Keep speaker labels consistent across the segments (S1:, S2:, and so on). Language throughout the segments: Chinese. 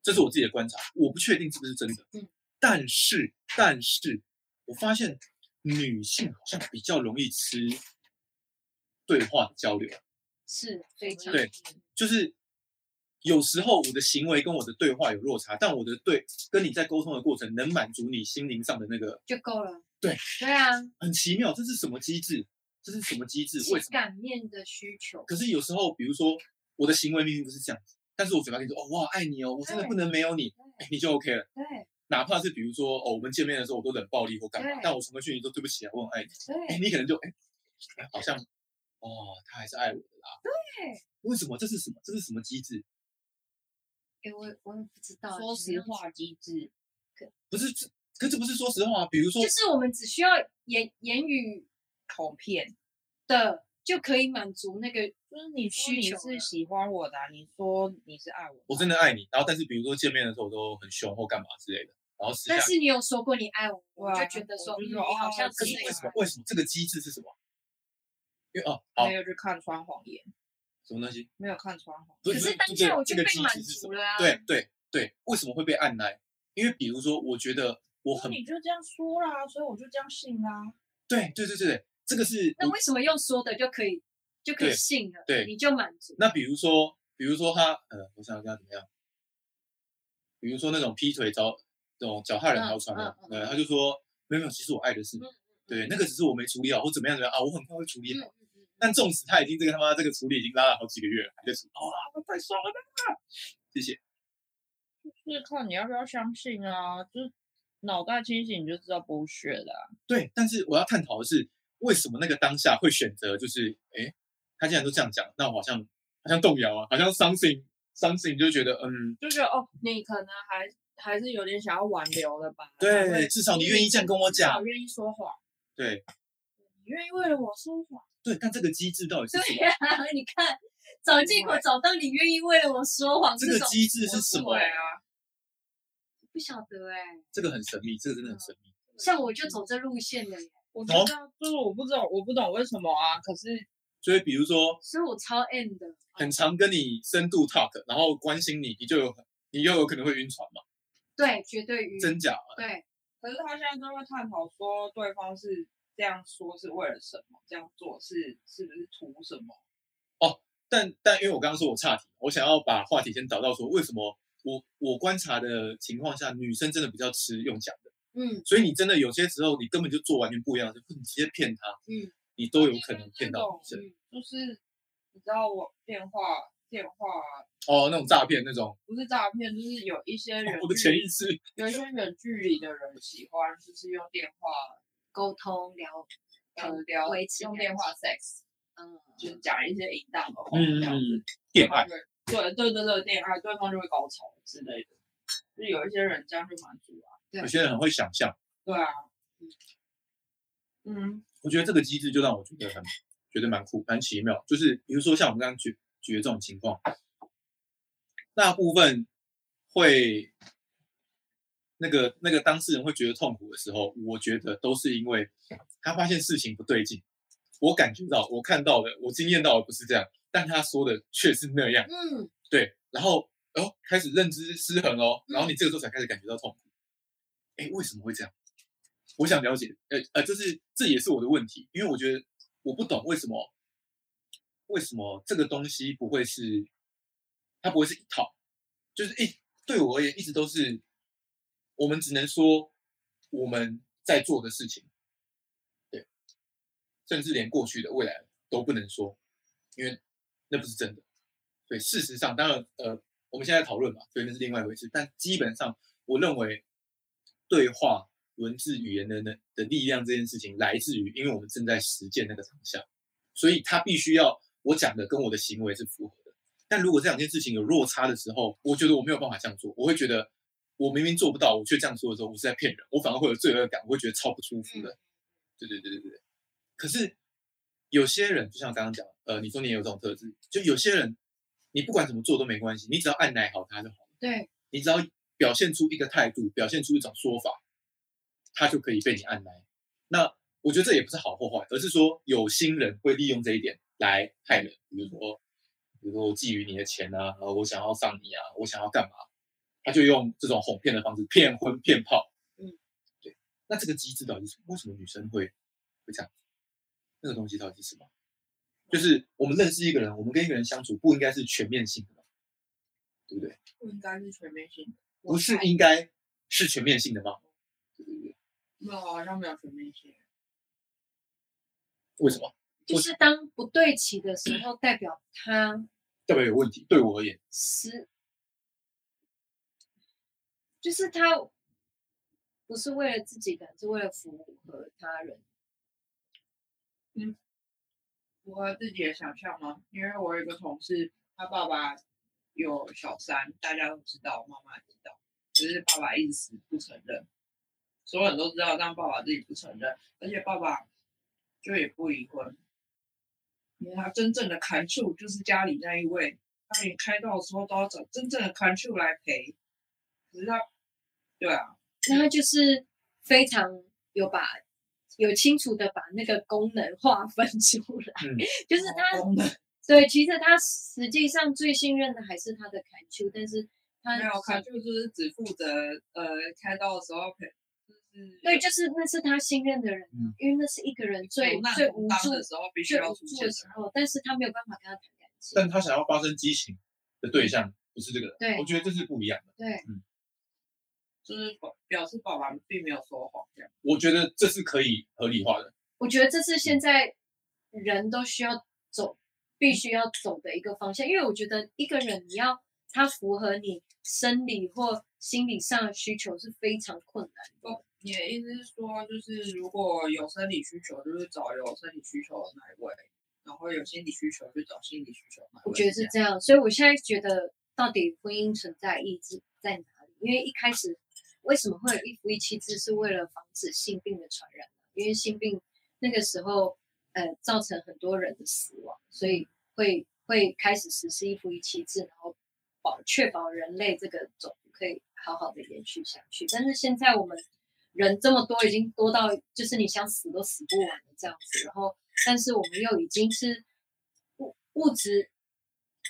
S1: 这是我自己的观察，我不确定是不是真的。
S2: 嗯，
S1: 但是但是我发现女性好像比较容易吃对话的交流，
S2: 是非常
S1: 对就是有时候我的行为跟我的对话有落差，但我的对跟你在沟通的过程能满足你心灵上的那个，
S2: 就够了。
S1: 对
S2: 对啊，
S1: 很奇妙，这是什么机制？这是什么机制？为
S2: 情
S1: 什么？
S2: 感面的需求，
S1: 可是有时候，比如说我的行为明明不是这样子，但是我嘴巴跟你说哦，我好爱你哦，我真的不能没有你，哎你就 OK 了。
S2: 对
S1: 哪怕是比如说哦，我们见面的时候我都冷暴力或干嘛
S2: 对，
S1: 但我传个讯息说对不起啊，我很爱你，哎，
S2: 对
S1: 你可能就哎，哎好像哦，他还是爱我的啦。
S2: 对，
S1: 为什么？这是什么？这是什么机制？
S2: 哎，我我也不知道。
S3: 说
S2: 怎么
S3: 实
S2: 样
S3: 话机制，
S1: 不是这，可这不是说实话啊。比如说
S2: 就，是我们只需要言言语
S3: 口骗，
S2: 的就可以满足那个
S3: 就是你说
S2: 需
S3: 你
S2: 求
S3: 是
S2: 了
S3: 喜欢我的啊、你说你是爱我的啊，
S1: 我真的爱你，然后但是比如说见面的时候我都很凶或干嘛之类的，然后私下
S2: 但是你有说过你爱我，我
S3: 对
S2: 就
S3: 啊
S2: 觉得
S3: 我
S2: 说，嗯
S3: 就说
S2: 你好
S3: 哦
S2: 像
S3: 可
S1: 可
S2: 是啊
S1: 是为
S2: 那个
S3: 这样
S1: 什么？为什么这个机制是什么？因为哦，好
S3: 没，有去看穿谎言，
S1: 什么东西？
S3: 没有看穿谎
S1: 不
S2: 可是当
S1: 这
S2: 下
S1: 个
S2: 我
S1: 这
S2: 就
S1: 个
S2: 被
S1: 机
S2: 满
S1: 制是什
S2: 足
S1: 么？
S2: 了啊。
S1: 对对对，为什么会被按耐？因为比如说，我觉得我
S3: 言，
S1: 很
S3: 那你就这样说啦，所以我就这样信啦。
S1: 对对对对，这个是
S2: 那
S1: 我
S2: 为什么用说的就可以就可以
S1: 对
S2: 信了？
S1: 对
S2: 你就满足。
S1: 那比如说，比如说他，呃，我想想看怎么样？比如说那种劈腿找这种脚踏两条船的，
S2: 嗯嗯
S1: 呃，他就说没有没有，其实我爱的是你
S2: 嗯嗯，
S1: 对，那个只是我没处理好或怎么样怎么样啊，我很快会处理
S2: 嗯
S1: 好。
S2: 嗯嗯
S1: 但纵使他已经这个他妈这个处理已经拉了好几个月了，还在处理，
S2: 哦
S1: 哇，太爽了！
S3: 就是看你要不要相信啊，就是脑袋清醒你就知道不血了啊。
S1: 对，但是我要探讨的是，为什么那个当下会选择就是，诶，他既然都这样讲，那我好像好像动摇啊，好像 something something 就觉得，嗯，
S3: 就觉得哦，你可能还还是有点想要挽留了吧？才
S1: 对，
S3: 会
S1: 至少你愿意这样跟我
S3: 至少
S1: 讲，
S3: 愿意说谎，
S1: 对。
S3: 你愿意为了我说谎，
S1: 对，但这个机制到底是什
S2: 对
S1: 么？
S2: 呀、 你看，找借口找到你愿意为了我说谎
S1: 啊哦这个
S2: 种，
S1: 机制是
S2: 模
S1: 什
S2: 式
S1: 么
S3: 对？
S2: 欸
S3: 啊，
S2: 不晓得哎、
S1: 这个很神秘，这个真的很神秘。
S2: 像
S3: 嗯
S2: 我就走这路线的耶，
S3: 我知
S1: 哦
S3: 道，就是我不知道，我不懂为什么啊。可是
S1: 所以比如说，
S2: 所以我超 M 的。
S1: 很常跟你深度 talk，然后关心你，你就有你又有可能会晕船嘛？
S2: 对，绝对晕。
S1: 真假嘛？啊
S2: 对，
S3: 可是他现在都会探讨说，对方是这样说是为了什么，这样做是是不是图什么？
S1: 但但因为我刚刚说我岔题，我想要把话题先导到说，为什么我我观察的情况下，女生真的比较吃用讲的，
S2: 嗯
S1: 所以你真的有些时候你根本就做完全不一样的事，你直接骗她，
S2: 嗯，
S1: 你都有可能骗到女生。
S2: 嗯，
S3: 就是你知道我电话电话
S1: 哦，那种诈骗那种，
S3: 不是诈骗，就是有一些人
S1: 哦我的
S3: 去
S1: 潜意识
S3: 有一些远距离的人喜欢就是用电话
S2: 沟通聊，
S3: 呃
S2: 嗯
S3: 聊，
S2: 维持
S3: 用
S2: 感
S3: 电话
S2: 情
S3: sex，
S2: 嗯，
S3: 就是讲一些淫荡的话，
S1: 嗯
S3: 这样子，
S1: 恋爱
S3: 然后就会对对对对，恋爱，对方就会高潮之类的，就有一些人这样去满足啊，
S2: 对
S1: 有些人很会想象。
S3: 对啊，嗯，
S1: 我觉得这个机制就让我觉得很觉得蛮酷、蛮奇妙。就是比如说像我们刚刚举举的这种情况，大部分会那个那个当事人会觉得痛苦的时候，我觉得都是因为他发现事情不对劲。我感觉到，我看到的，我经验到的不是这样，但他说的却是那样。
S2: 嗯，
S1: 对，然后哦，开始认知失衡哦，然后你这个时候才开始感觉到痛苦。哎，为什么会这样？我想了解，呃呃，这是这也是我的问题，因为我觉得我不懂为什么为什么这个东西不会是它不会是一套，就是一对我而言一直都是我们只能说我们在做的事情，对，甚至连过去的未来的都不能说，因为那不是真的。对，事实上，当然，呃，我们现在讨论嘛，所以那是另外一回事。但基本上，我认为对话、文字、语言的能的力量这件事情，来自于因为我们正在实践那个当下，所以它必须要我讲的跟我的行为是符合的。但如果这两件事情有落差的时候，我觉得我没有办法这样做，我会觉得我明明做不到，我却这样说的时候，我是在骗人，我反而会有罪恶感，我会觉得超不舒服的。对对对对对对。可是有些人，就像刚刚讲，呃，你说你也有这种特质，就有些人，你不管怎么做都没关系，你只要按耐好他就好了，
S2: 对，
S1: 你只要表现出一个态度，表现出一种说法，他就可以被你按耐。那我觉得这也不是好或坏，而是说有心人会利用这一点来害人，比如说，比如说我觊觎你的钱啊，呃我想要上你啊，我想要干嘛？他就用这种哄骗的方式骗婚骗炮。
S3: 嗯，
S1: 对。那这个机制到底是什么为什么女生会会这样？那个东西到底是什么？就是我们认识一个人，我们跟一个人相处，不应该是全面性的嘛，对不对？
S3: 不应该是全面性的，
S1: 不是应该是全面性的吗？对对对，
S3: 没有啊好像没有全面性。
S1: 为什么？
S2: 就是当不对齐的时候，代表他
S1: 代表有问题，对我而言，
S2: 是，就是他不是为了自己，可能是为了符合他人。
S3: 符合自己的想象吗？因为我有一个同事，他爸爸有小三，大家都知道，妈妈也知道，只是爸爸一直死不承认，所有人都知道，但爸爸自己不承认，而且爸爸就也不离婚，因为他真正的砍树就是家里那一位，他连开刀的时候都要找真正的砍树来赔，可是他，对啊，
S2: 那他就是非常有把有清楚的把那个功能划分出来，
S1: 嗯
S2: 就是他
S3: 老公的
S2: 对，其实他实际上最信任的还是他的砍球，但是他
S3: 没有砍树就是只负责呃开刀的时候赔，就是
S2: 对，就是那是他信任的人啊，
S1: 嗯
S2: 因为那是一个人最
S3: 苦难
S2: 最
S3: 同
S2: 无
S3: 当
S2: 助
S3: 的时候必须
S2: 最
S3: 要
S2: 无
S3: 出
S2: 助
S3: 现
S2: 的时候，但是他没有办法跟他谈感情。
S1: 但他想要发生激情的对象不是这个人，
S2: 对
S1: 我觉得这是不一样的。
S2: 对，
S3: 就是表表示爸爸并没有说谎这样。
S1: 我觉得这是可以合理化的。
S2: 我觉得这是
S3: 嗯
S2: 现在人都需要走，必须要走的一个方向，因为我觉得一个人你要他符合你生理或心理上的需求是非常困难的。
S3: 你的意思是说，就是如果有生理需求，就是找有生理需求的那一位；然后有心理需求，就找心理需求的那一位。
S2: 我觉得
S3: 这
S2: 是
S3: 样
S2: 这样，所以我现在觉得到底婚姻存在意义之在哪里？因为一开始为什么会有一夫一妻制，是为了防止性病的传染，因为性病那个时候呃造成很多人的死亡，所以会会开始实施一夫一妻制，然后保确保人类这个种族可以好好的延续下去。但是现在我们人这么多，已经多到就是你想死都死不完的这样子，然后但是我们又已经是物物质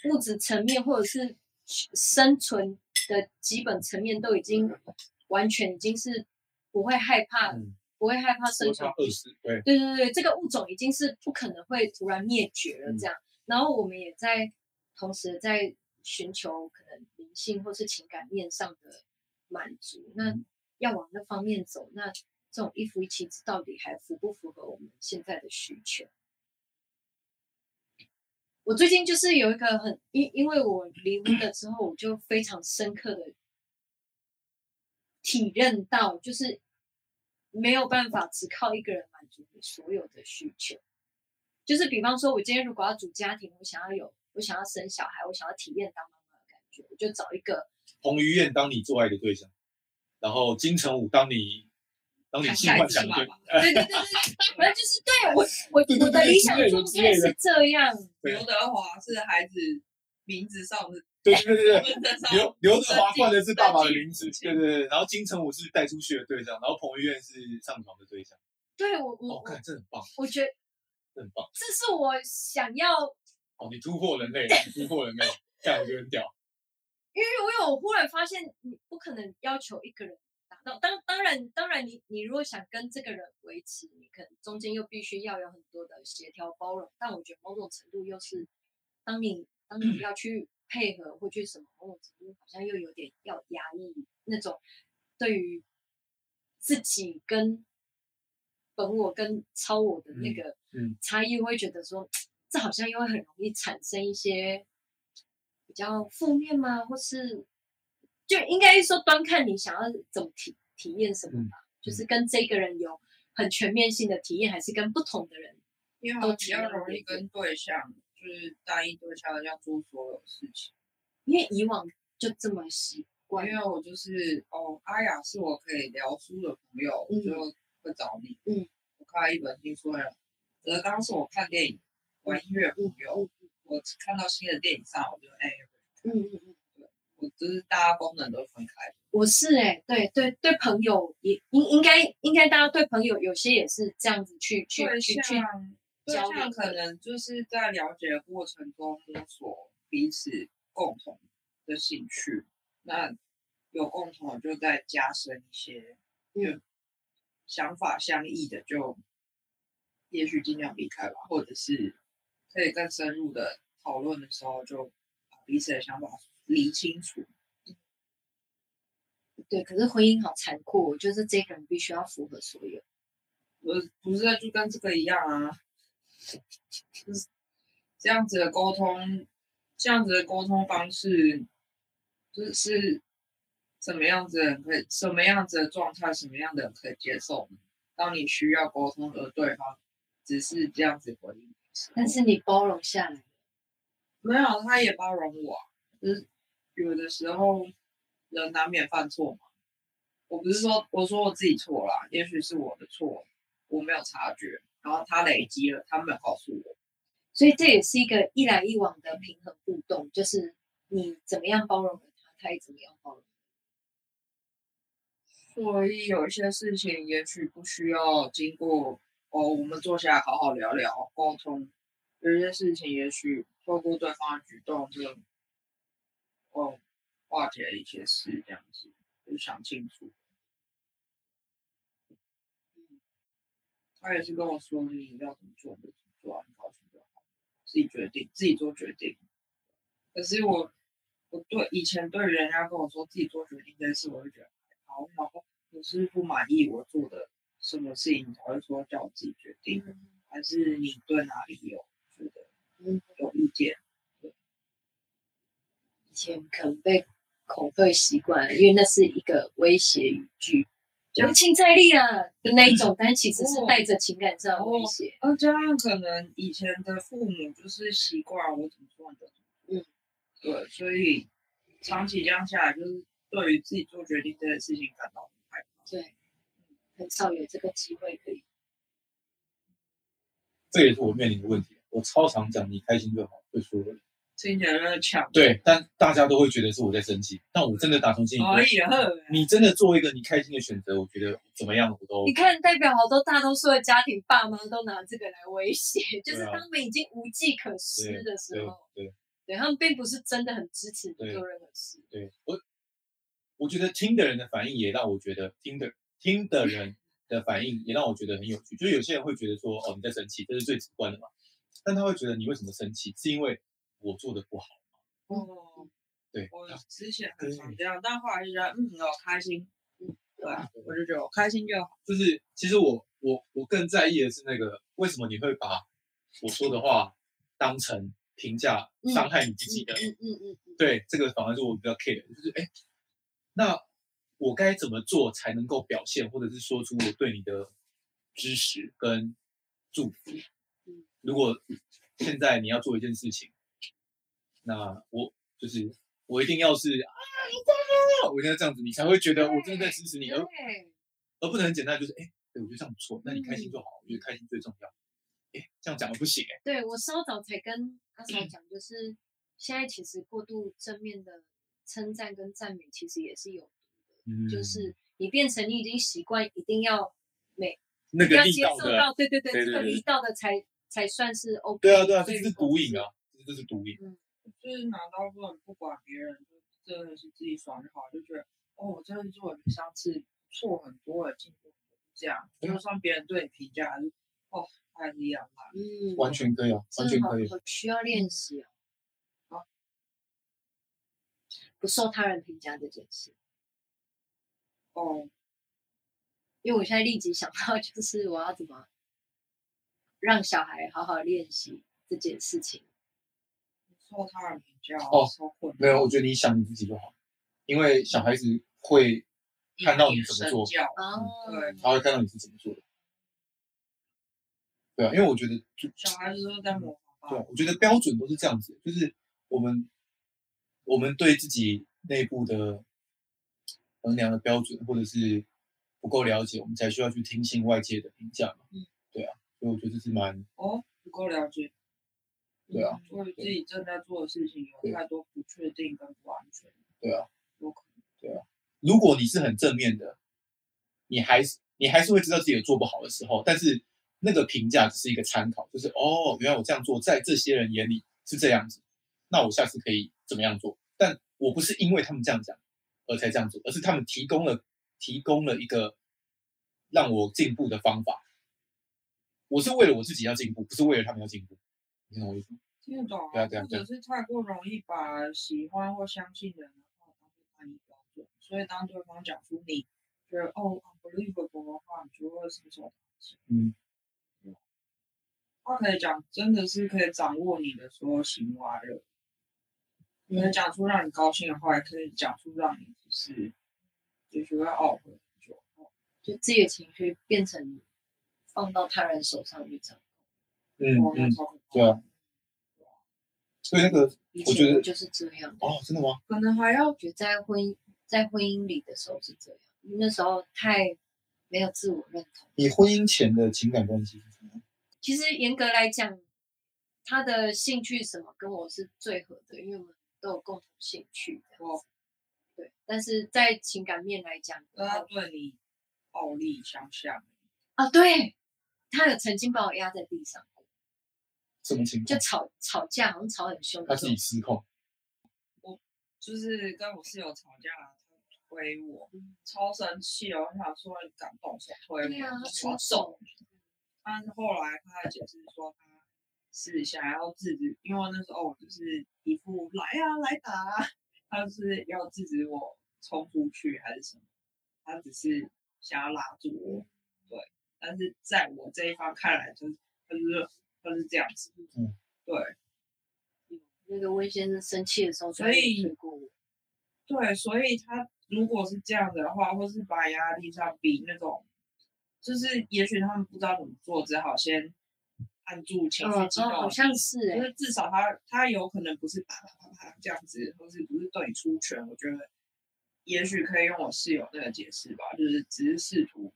S2: 物质层面或者是生存的基本层面都已经完全已经是不会害怕，
S1: 嗯，
S2: 不会害怕生
S1: 我
S2: 存
S1: 差二十，对，
S2: 对对对，这个物种已经是不可能会突然灭绝
S1: 嗯
S2: 了这样。然后我们也在同时在寻求可能灵性或是情感面上的满足。那
S1: 嗯
S2: 要往那方面走，那这种一夫一妻制到底还符不符合我们现在的需求？我最近就是有一个很因因为我离婚了之后，我就非常深刻的体认到，就是没有办法只靠一个人满足你所有的需求。就是比方说，我今天如果要组家庭，我想要有，我想要生小孩，我想要体验当妈妈的感觉，我就找一个
S1: 彭于晏当你做爱的对象，然后金城武当你当你性幻想的对
S3: 想孩子嘛
S1: 哎
S2: 对对对对，对，反正就是对我我我的
S1: 对
S2: 理想
S1: 之类的
S2: 状
S1: 之
S2: 态
S1: 类的
S2: 是这样，
S1: 对
S3: 刘德华是孩子名字上的，
S1: 对对对 对。
S3: 身上
S1: 刘刘德华冠的是爸爸的名字，对对对，然后金城武是带出去的对象，然后彭于晏是上床的对象。
S2: 对我我
S1: 哦，
S2: 我
S1: 看这很棒，
S2: 我觉得
S1: 这很棒。
S2: 这是我想要，
S1: 哦，你突破人类，你突破人类，这样我觉得很屌。
S2: 因为我有忽然发现，你不可能要求一个人达到，当当然当然你你如果想跟这个人维持，你可能中间又必须要有很多的协调包容，但我觉得某种程度又是，当你当
S1: 嗯
S2: 你要去配合或去什么，某种程度好像又有点要压抑那种对于自己跟本我跟超我的那
S1: 嗯
S2: 个
S1: 嗯
S2: 差异，会觉得说这好像又会很容易产生一些比较负面吗？或是就应该说端看你想要怎么体体验什么
S1: 嗯
S2: 吧，就是跟这个人有很全面性的体验，还是跟不同的人
S3: 因为他比较容易跟对象，就是单一对象要做所有事情。
S2: 因为以往就这么习惯
S3: 因。为我就是哦，阿雅是我可以聊书的朋友，我
S2: 嗯
S3: 就会找你。
S2: 嗯，
S3: 我看到一本新书了，德刚是我看电影、玩音乐的朋友，我看到新的电影上，我就哎，
S2: 嗯嗯嗯，
S3: 我就是大家功能都分开。
S2: 我是哎、对对对，朋友也应应该应该大家对朋友有些也是这样子去去
S3: 对
S2: 去去，
S3: 象，对
S2: 交流
S3: 象可能就是在了解的过程中摸索彼此共同的兴趣。那有共同的就再加深一些，
S2: 嗯
S3: 就想法相异的就，也许尽量避开吧，或者是可以更深入的讨论的时候，就把彼此的想法理清楚。
S2: 对，可是婚姻好残酷哦，就是这个人必须要符合所有。
S3: 不是不是就跟这个一样啊，就是这样子的沟通，这样子的沟通方式，就是是怎么样子的人可以，什么样子的状态，什么样的人可以接受呢？当你需要沟通，而对方只是这样子回应你的时候，
S2: 但是你包容下来，
S3: 没有，他也包容我啊，就是有的时候人难免犯错嘛。我不是说我说我自己错啦，也许是我的错，我没有察觉，然后他累积了，他没有告诉我。
S2: 所以这也是一个一来一往的平衡互动，就是你怎么样包容了他，他也怎么样包容。
S3: 所以有一些事情也许不需要经过哦，我们坐下来好好聊聊沟通。有一些事情也许透过对方的举动就哦化解一些事，这样子就想清楚。他也是跟我说你要怎么做你就怎么做啊，你高兴就好，自己决定，自己做决定。可是我我对以前对人家跟我说自己做决定这件事，我就觉得。好，然后你是不满意我做的什么事情，你才会说叫我自己决定，还是你对哪里有觉得
S2: 嗯
S3: 有意见？
S2: 以前可能被恐吓习惯了，因为那是一个威胁语句，
S3: 就
S2: 有侵占力啊的那 一种，但其实
S1: 哦
S2: 是带着情感上的威胁。
S3: 而加上可能以前的父母就是习惯我怎么做你就怎么
S2: 嗯
S3: 做，对，所以长期这样下来，就是对于自己做决定这件事情感到很害怕。
S2: 对，很少有这个机会可
S1: 哦
S2: 以。
S1: 这也是我面临的问题。我超常讲你开心就好，会说
S3: 听起来就是抢
S1: 对，但大家都会觉得是我在生气。但我真的打从心里觉
S3: 而
S1: 得，
S3: 已啊呵，
S1: 你真的做一个你开心的选择，我觉得怎么样我都
S2: 你看，代表好多大多数的家庭爸妈都拿这个来威胁， 就是
S1: 对啊
S2: 当他们已经无计可施的时
S1: 对
S2: 候，
S1: 对
S2: 对他们并不是真的很支持你
S1: 对
S2: 做任何事。
S1: 对。我我觉得听的人的反应也让我觉得听的听的人的反应也让我觉得很有趣。就是有些人会觉得说，哦你在生气，这是最直观的嘛。但他会觉得你为什么生气，是因为我做的不好。
S3: 哦，
S1: 对，
S3: 我之前很常这样，但后来就觉得，嗯，我开心，嗯，对啊，我就觉得我开心就好。
S1: 就是其实我我我更在意的是那个为什么你会把我说的话当成评价
S2: 嗯
S1: 伤害你自己的？
S2: 嗯嗯嗯嗯，
S1: 对，这个反而是我比较 care，的就是哎，诶那我该怎么做才能够表现，或者是说出我对你的支持跟祝福
S2: 嗯？
S1: 如果现在你要做一件事情，那我就是我一定要是啊，你加啊油我一定要这样子，你才会觉得我真的在支持你，而
S2: 对。
S1: 而不能很简单就是哎，对我觉得这样不错，那你开心就好，我觉得开心最重要。哎，这样讲不行哎，
S2: 对我稍早才跟阿
S1: 嗯
S2: 嫂讲，就是现在其实过度正面的称赞跟赞美其实也是有，
S1: 嗯
S2: 就是你变成你已经习惯一定要
S1: 那个
S2: 要
S1: 力
S2: 接
S1: 道
S2: 受
S1: 的，
S2: 到，对对对，
S1: 对
S2: 这
S1: 对
S2: 个
S1: 对
S2: 力道的才才算是 OK。
S1: 对啊对啊，这
S2: 所以
S1: 就是毒瘾啊，这就是毒瘾。
S3: 就是拿到不能不管别人，就真的是自己爽就好，就觉得哦，我真的做的比上次错很多了，进步很多这样，
S1: 嗯
S3: 就算别人对你评价还是哦，太一样啦，
S2: 嗯，
S1: 完全可以啊，
S2: 真
S1: 完
S2: 的
S1: 全
S2: 好
S1: 可以。嗯
S2: 好需要练习哦。
S3: 好
S2: 不受他人评价这件事，
S3: 哦，
S2: 因为我现在立即想到 就是我要怎么让小孩好好练习这件事情。
S3: 受他人评价
S1: 哦
S3: 超困
S1: 没有，我觉得你想你自己就好，因为小孩子会看到你怎么做嗯
S3: 身教
S2: 哦，
S3: 对
S1: 他会看到你是怎么做的。对啊，因为我觉得就
S3: 小孩子都在模仿
S1: 对
S3: 吧，
S1: 啊，我觉得标准都是这样子，就是我们我们对自己内部的衡量的标准，或者是不够了解，我们才需要去听信外界的评价嘛。
S2: 嗯，
S1: 对啊，所以我觉得这是蛮
S3: 哦，不够了解。
S1: 对啊，
S3: 对于自己正在做的事情有太多不确定跟不安全。
S1: 对啊，
S3: 有可能。
S1: 如果你是很正面的，你还是你还是会知道自己有做不好的时候，但是那个评价只是一个参考，就是哦，原来我这样做在这些人眼里是这样子，那我下次可以怎么样做？但我不是因为他们这样讲，而才这样做，而是他们提供了提供了一个让我进步的方法。我是为了我自己要进步，不是为了他们要进步，你懂我意思吗？
S3: 听得懂、
S1: 对啊对啊
S3: 或
S1: 对啊
S3: 者是太过容易把喜欢或相信的人的话当做单一标准，所以当对方讲出你觉得哦 unbelievable 的话，你就会什么什么
S1: 嗯，
S3: 他可以讲真的是可以掌握你的所有行为了，
S1: 嗯
S3: 可能讲出让你高兴的话，也可以讲出让你就是就觉得懊悔很久哦的话。
S2: 就自己的情绪变成放到他人手上去掌控。
S1: 嗯
S3: 哇哦那
S1: 嗯，
S3: 超可怕
S1: 对啊所以那个
S2: 以
S1: 我觉
S2: 前
S1: 得
S2: 我就是这样，
S1: 哦，真的吗？
S3: 可能还要
S2: 我觉得在婚姻在婚姻里的时候是这样，那时候太没有自我认同。
S1: 你婚姻前的情感关系是什么？
S2: 其实严格来讲，他的兴趣什么跟我是最合的，因为我们都有共同兴趣这
S1: 哦
S2: 样子。对，但是在情感面来讲，哦
S3: 让
S1: 啊
S3: 他呃对你暴力相向，
S2: 啊，对，他有曾经把我压在地上过，
S1: 什么情
S2: 就
S1: 况？
S2: 吵吵架，好像吵很凶
S1: 他
S2: 的
S1: 自
S2: 时
S1: 己失控，
S3: 就是跟我室友吵架，他推我，超生气哦！我想说你敢动手推我，
S2: 嗯对啊
S3: 我
S2: 他
S3: 就要
S2: 出手
S3: 揍你。但是后来他的解释说他是想要制止，因为那时候我就是一副来啊来打啊，他就是要制止我冲出去还是什么，他只是想要拉住我，
S2: 嗯
S3: 对。但是在我这一方看来，就是他就是他是这样子，
S1: 嗯，
S3: 对。
S2: 那个温先生生气的时候，
S3: 所以嗯
S2: 推过我，
S3: 对，所以他如果是这样的话，或是把压力上比那种，就是也许他们不知道怎么做，只好先按住情绪
S2: 哦
S3: 激
S2: 哦，
S3: 动，
S2: 好像是哎、
S3: 就是至欸少他他有可能不是啪啪啪啪这样子，或是不是对你出拳，我觉得也许可以用我室友那个解释吧，就是只是试图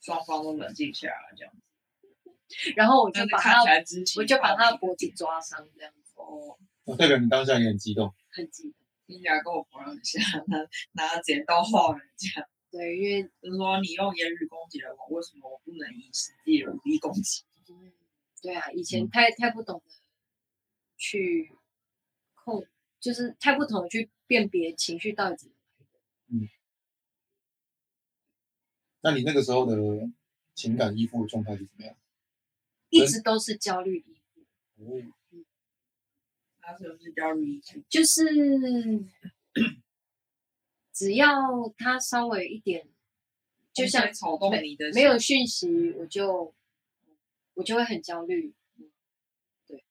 S3: 双方都冷静下来这样子，
S2: 然后我就
S3: 但是
S2: 把
S3: 看
S2: 他
S3: 起，来之前
S2: 我就把他的脖子抓伤，这样子
S3: 哦，
S1: 代表你当下也很激动。
S2: 很激动。
S3: 听起来跟我朋友很像， 他拿剪刀划人家。
S2: 对，因为
S3: 就是说你用言语攻击了我，为什么我不能以实际的武力攻击？
S2: 嗯对啊，以
S3: 嗯
S2: 前太太不懂得去控，就是太不懂得去辨别情绪到底怎么来的。
S1: 那你那个时候的情感依附的状态是怎么样？
S2: 一
S3: 嗯
S1: 跟
S2: 直都是焦虑依附，
S1: 哦，
S3: 他是不是焦虑？
S2: 就是 只要他稍微一点，就像
S3: 会吵动你的
S2: 没有讯息，我就我就会很焦虑，嗯对，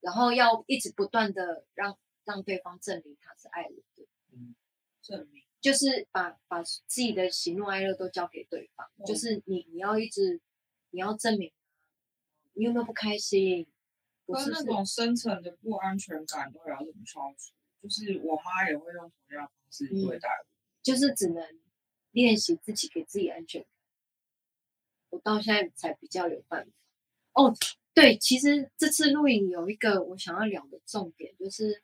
S2: 然后要一直不断的让让对方证明他是爱我的，
S3: 证明，
S2: 就是把把自己的喜怒哀乐都交给对方，就
S3: 嗯
S2: 是你你要一直你要证明你有没有不开心，我
S3: 可
S2: 是
S3: 是
S2: 不
S3: 啊那
S2: 是
S3: 种深层的不安全感都要怎么消除？就是我妈也会用同样的方式
S2: 嗯
S3: 对待我，
S2: 就是只能练习自己给自己安全感。我到现在才比较有办法。哦，对，其实这次录影有一个我想要聊的重点，就是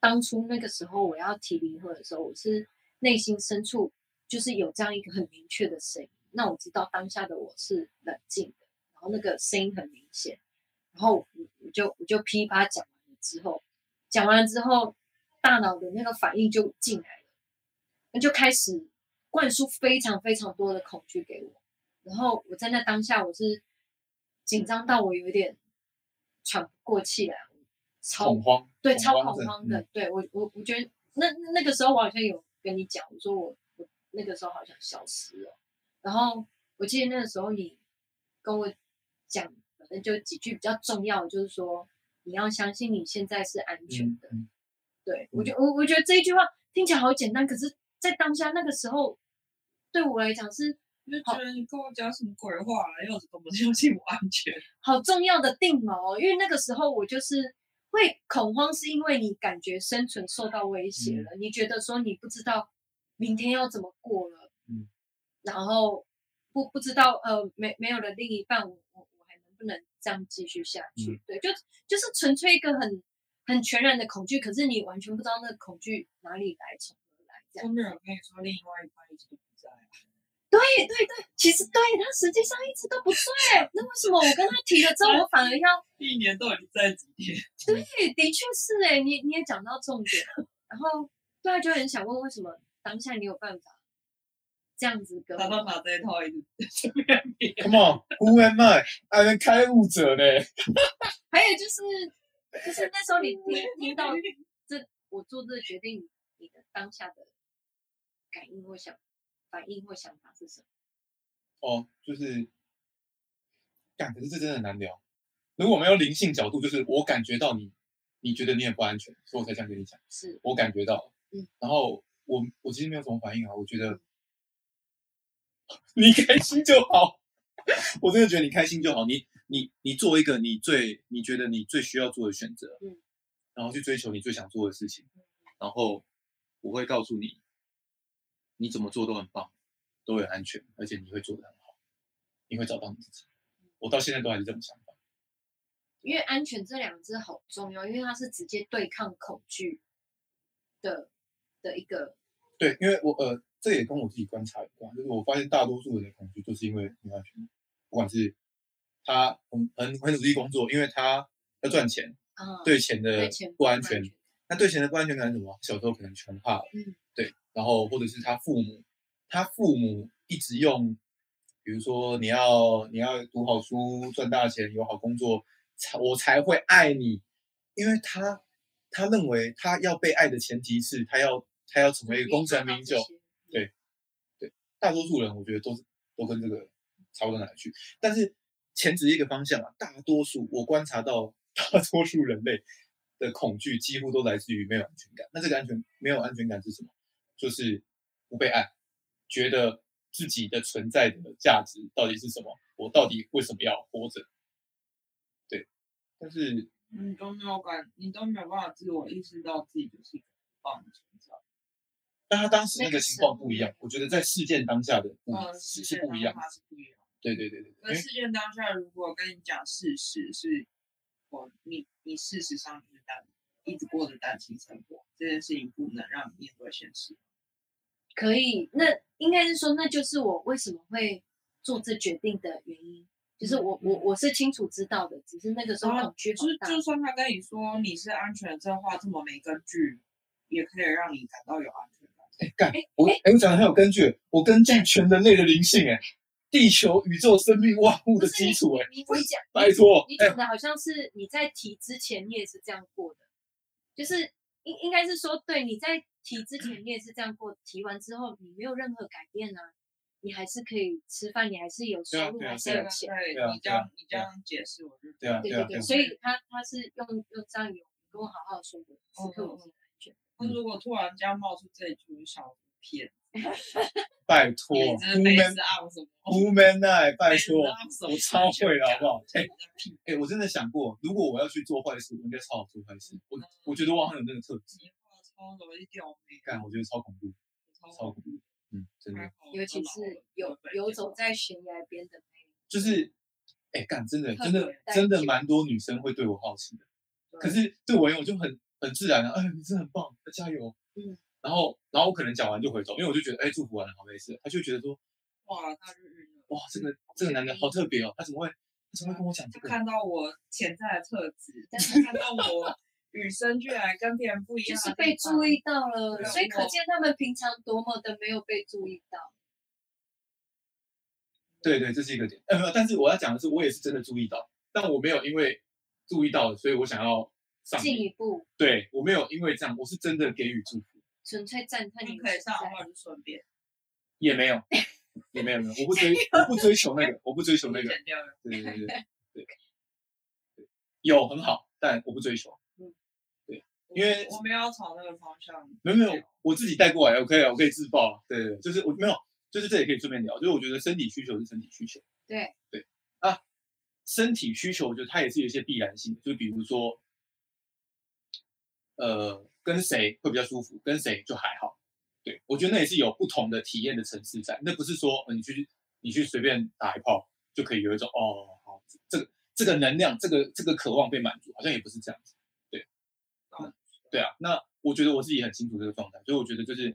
S2: 当初那个时候我要提离婚的时候，我是内心深处就是有这样一个很明确的声音。那我知道当下的我是冷静的，然后那个声音很明显，然后我我就我就噼啪讲完了之后，讲完了之后，大脑的那个反应就进来了。那就开始灌输非常非常多的恐惧给我。然后我在那当下，我是紧张到我有点喘不过气来，超
S1: 恐慌，
S2: 对超恐
S1: 症嗯
S2: 慌的。。对我我我觉得那那个时候我好像有跟你讲，我说我我那个时候好像消失了。然后我记得那个时候你跟我讲，反正就几句比较重要的，就是说你要相信你现在是安全
S1: 嗯
S2: 的。
S1: 嗯，
S2: 对我觉我我觉得这一句话听起来好简单，可是，在当下那个时候，对我来讲是
S3: 就觉得你跟我讲什么鬼话了，又怎么相信我安全？
S2: 好重要的定锚哦，因为那个时候我就是会恐慌，是因为你感觉生存受到威胁了，你觉得说你不知道明天要怎么过了，
S1: 嗯，
S2: 然后不不知道呃没没有了另一半，我我我还能不能这样继续下去？对，就就是纯粹一个很很全然的恐惧，可是你完全不知道那个恐惧哪里来，从何来这样。
S3: 后面我跟你说，另外一半一直都不在啊，
S2: 对对对，其实对他实际上一直都不对， 那为什么我跟他提了之后，我反而要
S3: 一年到底在几天？
S2: 欸对，的确是哎，你你也讲到重点。然后对啊，就很想问为什么当下你有办法这样子跟
S3: 他
S2: 我？
S3: 爸把这一套一直 随便编
S1: Come on，Who am I？还能开悟者呢？
S2: 还有就是，就是那时候你听听到这我做这个决定，你的当下的感应或想反应或想法是什么？
S1: 哦，就是，感，可是这真的很难聊。如果没有灵性角度，就是我感觉到你，你觉得你很不安全，所以我才这样跟你讲。
S2: 是
S1: 我感觉到了，
S2: 嗯，
S1: 然后我我其实没有什么反应啊，我觉得你开心就好， 我真的觉得你开心就好，你你你做一个你最你觉得你最需要做的选择，
S2: 嗯，
S1: 然后去追求你最想做的事情，然后我会告诉你，你怎么做都很棒，都很安全，而且你会做得很好，你会找到你自己，
S2: 嗯
S1: 我到现在都还是这么想法，
S2: 因为安全这两个字好重要，因为它是直接对抗恐惧的的一个
S1: 对，因为我呃，这也跟我自己观察有关，就是我发现大多数人的恐惧都是因为没有安全感，不管是他很很很努力工作，因为他要赚钱，
S2: 啊、
S1: 对钱的
S2: 对钱
S1: 不
S2: 不
S1: 安
S2: 安
S1: 全
S2: 全，
S1: 那对钱的不安全感是什么？小时候可能穷怕了，
S2: 嗯，
S1: 对，然后或者是他父母，他父母一直用，比如说你要你要读好书，赚大钱，有好工作，才我才会爱你，因为他他认为他要被爱的前提是他要他要成为一个功成名就，大多数人我觉得都是都跟这个差不到哪里去，但是前指一个方向啊，大多数我观察到 大多数人类的恐惧几乎都来自于没有安全感。那这个安全没有安全感是什么？就是不被爱，觉得自己的存在的价值到底是什么？我到底为什么要活着？对，但是
S3: 你都没有感，你都没有办法自我意识到自己就是一个很棒的存在。
S1: 但他当时
S2: 那
S1: 那
S2: 个
S1: 个情
S2: 时
S1: 况
S2: 候
S1: 不一样，我觉得在事件当下的不
S3: 呃，
S1: 是
S3: 事
S1: 是
S3: 件
S1: 不
S3: 当
S1: 一样。
S3: 下是不一样。
S1: 对对对对
S3: 那
S1: 对，因为
S3: 事件当下，如果跟你讲事实是，我你你事实上就是单一直过着单亲生活，这件事情不能让你面对现实。
S2: 可以，那应该是说，那就是我为什么会做这决定的原因，就是我
S1: 嗯
S2: 我我是清楚知道的，只是那个时候
S1: 哦
S3: 啊
S2: 恐惧
S3: 就
S2: 很
S3: 是
S2: 大，
S3: 就算他跟你说你是安全的，这话这么没根据，也可以让你感到有安全感。
S1: 哎干，我哎、我讲的很有根据，我根据全人类的灵性、哎，地球、宇宙、生命、万物
S2: 不
S1: 的
S2: 是
S1: 基础、哎，
S2: 你你你讲，
S1: 拜托
S2: 你，
S1: 哎、
S2: 讲的好像是你在提之前你也是这样过的，就是应应该是说，对，你在提之前你也是这样过，提完之后你没有任何改变啊，你还是可以吃饭，你还是有
S1: 对啊
S2: 收入，
S1: 对啊
S2: 还是
S1: 对啊
S2: 有
S3: 对
S2: 钱，
S1: 对啊
S3: 对，你这
S1: 对啊
S3: 样你这
S1: 对啊
S3: 样解释，我就
S1: 对啊，
S2: 对
S1: 对啊，
S2: 对，
S1: 啊，
S2: 所以他他是用用这样有跟我好好说的，此刻我
S3: 嗯嗯
S2: 是安全，
S3: 那如果突然间冒出这一句小片，
S1: 拜托
S3: 你真的没
S1: ，woman
S3: 是啊什么？
S1: woman 哎，拜托，
S3: 我
S1: 我超会的好不好哎
S3: 你
S1: 哎、我真的想过，如果我要去做坏事，我应该超好做坏事，我
S3: 嗯
S1: 我觉得我好像有那个特质，
S3: 话超容易掉眉，
S1: 干，我觉得超恐怖，超
S3: 超
S1: 恐怖，嗯，真的
S3: 还，好
S2: 尤其是游游走在悬崖边的那一
S1: 就是，哎、干，真的，
S2: 特
S1: 真的
S2: 别，带
S1: 真的
S2: 劲
S1: 蛮多女生会对我好奇的。
S2: 对
S1: 可是对我而言，我就很很自然啊，哎，你真的很棒，加油。哦
S2: 嗯。
S1: 然后，然后我可能讲完就回头，因为我就觉得，哎，祝福完了，好没事。他就觉得说，
S3: 哇，他就晕了。
S1: 哇，这个这个男的好特别哦，他怎么会，他怎么会跟我讲这
S3: 他
S1: 个？
S3: 看到我潜在的特 质，但是看到我与生俱来跟别人不一
S2: 就
S3: 样，
S2: 是被注意。到了，
S3: 对啊
S2: 所以可
S3: 我
S2: 见他们平常多么的没有被注意到。
S1: 对对，这是一个点。呃，没有，但是我要讲的是，我也是真的注意到，但我没有因为注意到了，所以我想要上
S2: 进
S1: 你。
S2: 一步，
S1: 对我没有因为这样，我是真的给予祝福，
S2: 纯粹赞叹你
S3: 你
S2: 们
S3: 可以
S2: 存
S3: 上的
S2: 在。
S3: 话就顺便
S1: 也没有，也没有，没有，我不追，我不追求那个，我不追求那个。
S3: 剪掉了。
S1: 对对对对对，有很好，但我不追求。因为
S3: 我我们要朝那个方向。
S1: 没有没有，我自己带过来，OK 啊，我可以自爆啊。对对，对就是我没有，就是这也可以顺便聊，就是我觉得身体需求是身体需求。
S2: 对
S1: 对啊，身体需求，我觉得它也是有一些必然性的，就比如说，呃，跟谁会比较舒服，跟谁就还好。对，我觉得那也是有不同的体验的层次在，那不是说、呃你去你去随便打一炮就可以有一种哦，好，这个这个能量，这个这个渴望被满足，好像也不是这样子。对，那对啊，那我觉得我自己很清楚这个状态，所以我觉得就是，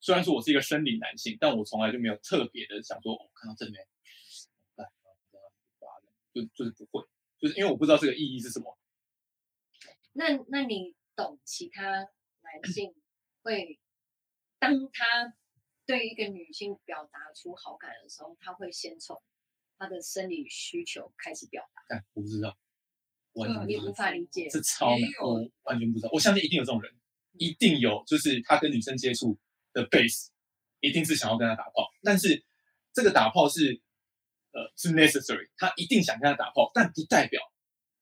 S1: 虽然说我是一个生理男性，但我从来就没有特别的想说，我、哦看到这里面，哎就就是不会，就是因为我不知道这个意义是什么。
S2: 嗯那那你懂其他男性会，当他对一个女性表达出好感的时候，他会先从他的生理需求开始表达，
S1: 但我不知道，完全
S3: 嗯
S1: 不
S2: 啊你
S1: 知
S2: 无
S1: 道，
S2: 法理解。
S1: 这超难
S3: 也，有
S1: 我完全不知道。我相信一定有这种人，一定有，就是他跟女生接触的 base 一定是想要跟她打炮，但是这个打炮是呃是 necessary，他一定想跟她打炮，但不代表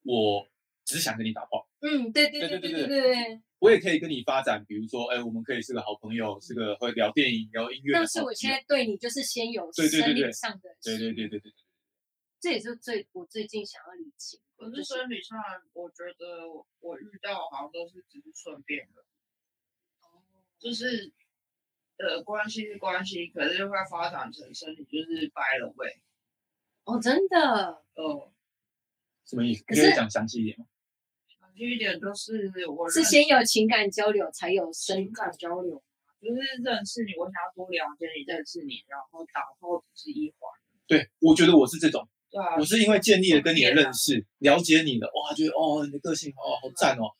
S1: 我只想跟你打炮。
S2: 嗯，对对
S1: 对
S2: 对
S1: 对
S2: 对
S1: 对
S2: 对对。
S1: 我也可以跟你发展，比如说，哎，我们可以是个好朋友，是个会聊电影、聊音乐的好朋友。
S2: 但是我现在对你就是先有
S1: 对对对
S2: 生理
S1: 对
S2: 上的，
S1: 对对对，对对，
S2: 这也是最我最近想要理清的。
S3: 可
S2: 就是是
S3: 生理上，我觉得我我遇到好像都是只是顺便的，哦就是呃关系是关系，可是会发展成生理就是 by the way，
S2: 哦，真的，
S3: 呃，
S1: 什么意思？
S2: 可
S1: 可
S2: 是
S1: 以讲详细一点吗？
S3: 详细一点就是我
S2: 是
S3: 认
S2: 先有情感交流才有生
S3: 情感交流嘛，就是认识你，我想要多了解你，认识你，然后打炮只是一环，
S1: 对，我觉得我是这种，
S3: 对啊，
S1: 我是因为建立了跟你的认识，了解你的，哇，觉得哦，你的个性哦，好赞哦，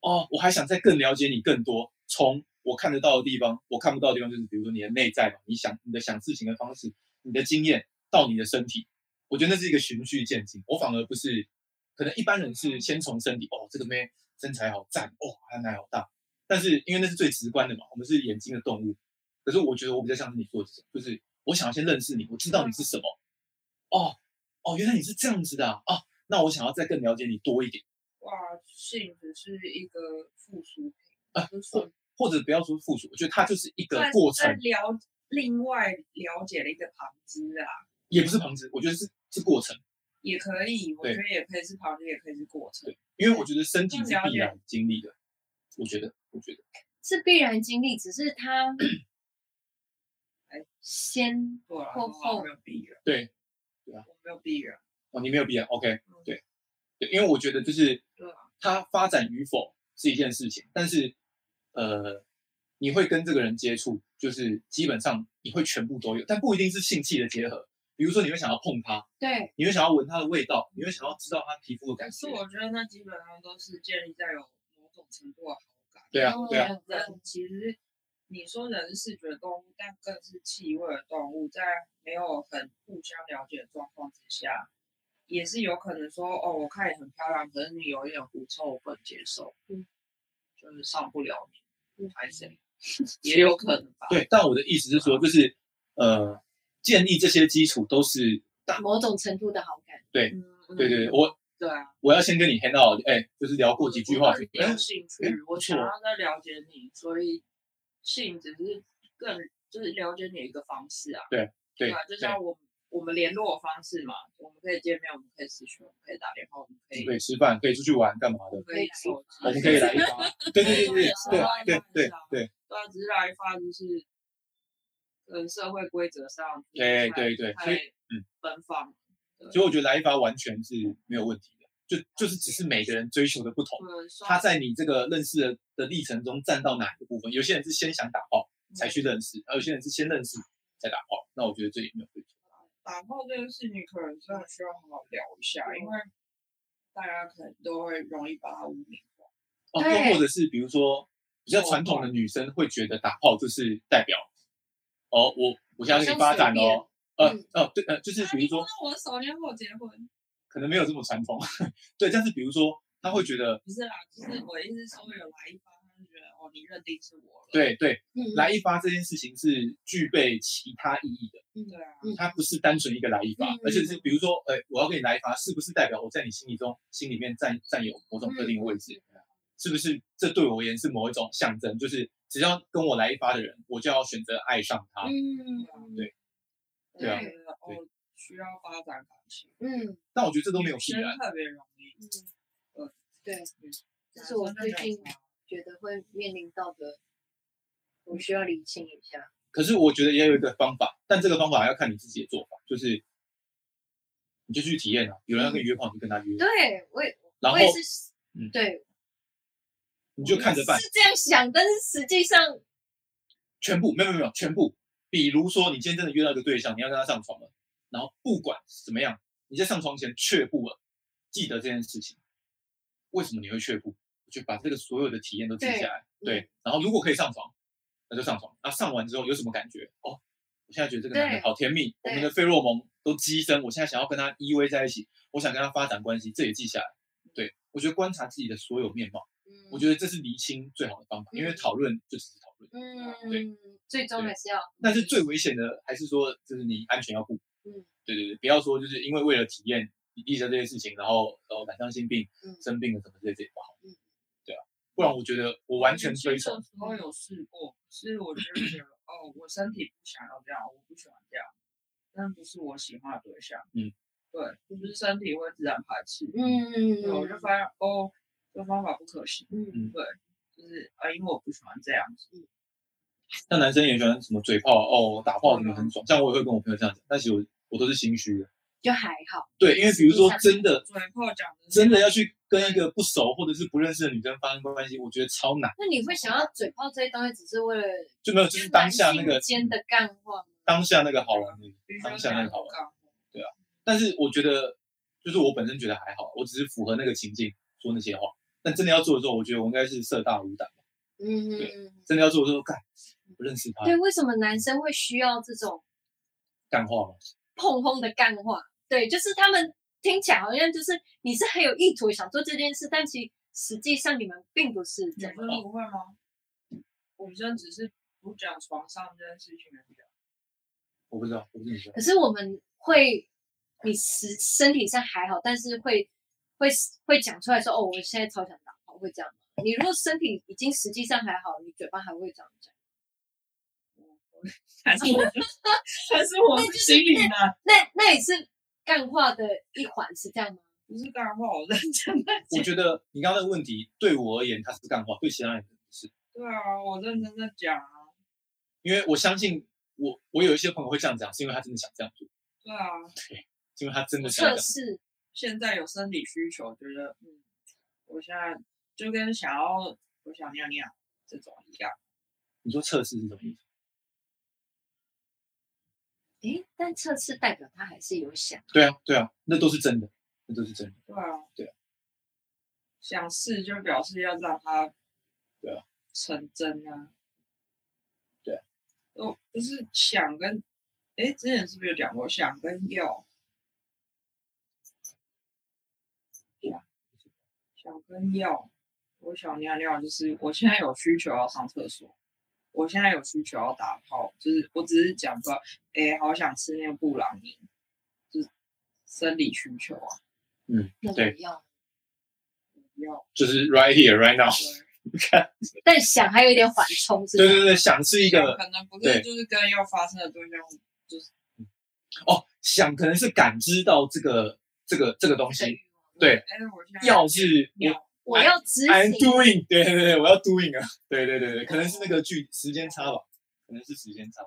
S1: 哦，我还想再更了解你更多，从我看得到的地方，我看不到的地方就是比如说你的内在嘛，你想你的想事情的方式，你的经验到你的身体，我觉得那是一个循序渐进。我反而不是，可能一般人是先从身体，哦，这个妹身材好赞，哦，她奶好大，但是因为那是最直观的嘛，我们是眼睛的动物，可是我觉得我比较像是你说的这种，就是我想要先认识你，我知道你是什么，哦哦，原来你是这样子的啊，啊那我想要再更了解你多一点，
S3: 哇，性只是一个附属品，
S1: 啊
S3: 就是顺
S1: 或者不要说附属，我觉得它就是一个
S3: 算
S1: 过
S3: 是在
S1: 程，
S3: 了另外了解了一个旁支啊，
S1: 也不是旁支，我觉得是是过程，
S3: 也可以，我
S1: 对
S3: 觉得也可以是旁支，也可以是过程。
S1: 因为我觉得身体
S3: 更
S1: 是
S3: 了
S1: 必
S3: 解
S1: 然经历的，我觉得，我觉得
S2: 是必然经历，只是 他
S3: 哎
S2: 先
S3: 对
S2: 过
S3: 啊，然后
S2: 后
S3: 没有必然，
S1: 对，对啊
S3: 我没有必然，
S1: 哦，你没有必然，OK，
S3: 嗯
S1: 对对，因为我觉得就是
S3: 对啊，
S1: 它发展与否是一件事情，但是呃，你会跟这个人接触，就是基本上你会全部都有，但不一定是性器的结合。比如说，你会想要碰它，
S2: 对
S1: 你会想要闻它的味道，你会想要知道它皮肤的
S3: 可
S1: 感
S3: 是
S1: 觉。
S3: 我觉得那基本上都是建立在有某种程度的好感。
S1: 对啊，对啊，
S2: 嗯
S3: 人其实你说人是视觉动物，但更是气味的动物，在没有很互相了解的状况之下，也是有可能说哦，我看你很漂亮，可是你有一点狐臭，我不能接受，
S2: 嗯，
S3: 就是上不了你
S2: 嗯，
S3: 还是也有可能吧。嗯
S1: 对。但我的意思是说，就是呃，建立这些基础都是大。
S2: 某种程度的好感，
S3: 嗯，嗯
S1: 对对对，我
S3: 对啊，
S1: 我要先跟你 hang out，哎，就是聊过几句话，
S3: 我
S1: 就
S3: 嗯对你
S1: 哎
S3: 有兴
S1: 哎
S3: 趣，我
S1: 不
S3: 想
S1: 错
S3: 要再了解你，所以性只是更就是了解你的一个方式啊。
S1: 对
S3: 吧？就像我我们联络的方式嘛，我们可以见面，我们可以私讯，我们可以打电话，我们可以
S1: 对，可以吃饭，可以出去玩，干嘛
S3: 我
S1: 的
S3: 们？可以手机，
S1: 我们可以来一 发，对对对对对
S3: 啊
S1: 对对对
S3: 对啊，只是来一发就是，呃，社会规则上
S1: 对对对，所以嗯
S3: 太奔放，
S1: 所以我觉得来一发完全是没有问题的，就就是只是每个人追求的不同，
S3: 呃，
S1: 他在你这个认识的的历程中占到哪一个部分。有些人是先想打炮
S3: 嗯
S1: 才去认识，而有些人是先认识再打炮。那我觉得这也没有对错。
S3: 打炮这件事情，可能真的需要好好聊一下，
S1: 嗯
S3: 因为大家可能都会容易把它污名化。
S1: 哦，
S2: 对
S1: 又或者是比如说比较传统的女生会觉得打炮就是代表哦，我我现在要跟你发展哦，呃
S2: 嗯
S1: 呃对呃，就是比如说
S3: 啊你摸到我的手，你要跟我结婚？
S1: 可能没有这么传统，对，但是比如说他会觉得
S3: 不是啦，就是我的意思是说，有来一发，他就觉得哦，你认定是我了。
S1: 对对，
S2: 嗯，
S1: 来一发这件事情是具备其他意义的。
S3: 对啊，
S2: 嗯
S1: 它不是单纯一个来一发，
S2: 嗯
S1: 而且是比如说，呃，我要给你来一发，是不是代表我在你心里中心里面占占有某种特定的位置？
S2: 嗯
S1: 是不是这对我而言是某一种象征？就是只要跟我来一发的人，我就要选择爱上他。
S2: 嗯，
S1: 对
S2: 对啊
S3: 我觉得哦，需要发展感情，
S2: 嗯，
S1: 但我觉得这都没有必
S3: 女
S1: 然
S3: 生。特别容易。
S2: 嗯
S3: 呃，
S2: 对，
S3: 嗯
S2: 这是我最近
S3: 男生就没有
S2: 觉得会面临到的，我需要理清一下。
S1: 可是我觉得也有一个方法，但这个方法要看你自己的做法，就是你就去体验啊。有人要跟你约炮，你就跟他约，
S2: 对我也，
S1: 然
S2: 我
S1: 后
S2: 也是，
S1: 嗯
S2: 对，
S1: 你就看着办。
S2: 是这样想，但是实际上，
S1: 全部没有没有没有全部。比如说，你今天真的约到一个对象，你要跟他上床了，然后不管怎么样，你在上床前却步了，记得这件事情。为什么你会却步？就把这个所有的体验都记下来。
S2: 对
S1: 对，然后如果可以上床，那就上床。那、上完之后有什么感觉？哦，我现在觉得这个男
S2: 对
S1: 的好甜蜜，我
S2: 对
S1: 们的费洛蒙都激增，我现在想要跟他依偎在一起，我想跟他发展关系，这也记下来。对我觉得观察自己的所有面貌，
S2: 嗯
S1: 我觉得这是厘清最好的方法，因为
S2: 嗯
S1: 讨论就只是讨论。对
S2: 嗯，最终还是要，
S1: 但是最危险的还是说，就是你安全要顾。
S2: 嗯，
S1: 对对对，不要说就是因为为了体验一下这些事情，然后然后染上性病、
S2: 嗯
S1: 生病了什么之类，这也不好。
S2: 嗯，
S1: 对啊，不然我觉得我完全推崇
S3: 有。时候有试过，是我就是觉得哦，我身体不想要这样，我不喜欢这样，但不是我喜欢的对象。
S1: 嗯，
S3: 对，就是身体会自然排斥。
S2: 嗯
S3: 对，我就发现哦，这方法不可行。
S2: 嗯
S1: 嗯
S3: 对，就是啊，因为我不喜欢这样子。
S1: 那男生也喜欢什么嘴炮哦，打炮什
S2: 嗯
S1: 么很爽，像我也会跟我朋友这样讲，但其实我我都是心虚的。
S2: 就还好，
S1: 对，因为比如说真的
S3: 嘴炮讲的
S1: 真的要去跟一个不熟或者是不认识的女生发生关系，我觉得超难，
S2: 那你会想要嘴炮这些东西，只是为了
S1: 就没有就是当下那个
S2: 男性间的干话吗？
S1: 当下那个好玩而已。
S3: 必须
S1: 当
S3: 要
S1: 下
S3: 讲
S1: 很好玩
S3: 告
S1: 但是我觉得，就是我本身觉得还好，我只是符合那个情境说那些话。但真的要做的时候，我觉得我应该是色大无胆。
S2: 嗯，
S1: 真的要做的时候，干，不认识他，
S2: 对，为什么男生会需要这种
S1: 干话吗？
S2: 碰轰的干话？对，就是他们听起来好像就是你是很有意图想做这件事，但其实实际上你们并不是
S3: 女
S2: 这
S3: 生
S2: 样。
S3: 不会吗？我们现在只是不讲床上这件事情而已啊。
S1: 我不知道，我不是女生
S2: 可。是我们会，你实身体上还好，但是会会会讲出来说，哦，我现在超想打炮，会这样吗？你如果身体已经实际上还好，你嘴巴还会这样讲，
S3: 还 是我，还是我
S2: 那就是
S3: 心里呢？
S2: 那那也是干话的一环，是这样吗？
S3: 不是干话，我认真在
S1: 我
S3: 讲。
S1: 觉得你刚刚那个问题对我而言，它是干话，对其他人不是，
S3: 对啊，我认真在讲啊。
S1: 因为我相信我，我有一些朋友会这样讲，是因为他真的想这样做，
S3: 对啊，
S1: 是因为他真的想这
S2: 测
S1: 样。
S2: 试，
S3: 现在有生理需求，觉得嗯，我现在就跟想要我想尿尿这种一样。
S1: 你说测试是什么意思？
S2: 诶，但测试代表他还是有想，
S1: 对啊，对啊，那都是真的，那都是真的。
S3: 对啊，
S1: 对
S3: 啊。想试就表示要让它，
S1: 对啊，
S3: 成真啊。
S1: 对啊。
S3: 哦，就是想跟，哎，之前是不是有讲过想跟要？想
S1: 啊
S3: 想跟要，我想尿尿，就是我现在有需求要上厕所，我现在有需求要打炮，就是我只是讲说，哎，好想吃那个布朗尼，就是生理需求啊，
S2: 那
S1: 对
S2: 不要。
S3: 要。
S1: 就是 right here, right now。
S2: 但想还有一点缓冲，是吧
S1: 对？对对，想是一个
S3: 可能不是
S1: 对
S3: 就是跟要发生的对象，
S1: 哦，想可能是感知到这个这个这个东
S2: 这个
S1: 西，
S2: 欲望
S1: 对，
S3: 哎，我现在
S1: 要是我
S3: 尿，
S2: 我要执
S1: I'm
S2: 行，
S1: doing，对对对，我要 doing 啊，对对对对，可能是那个距时间差吧，可能是时间差。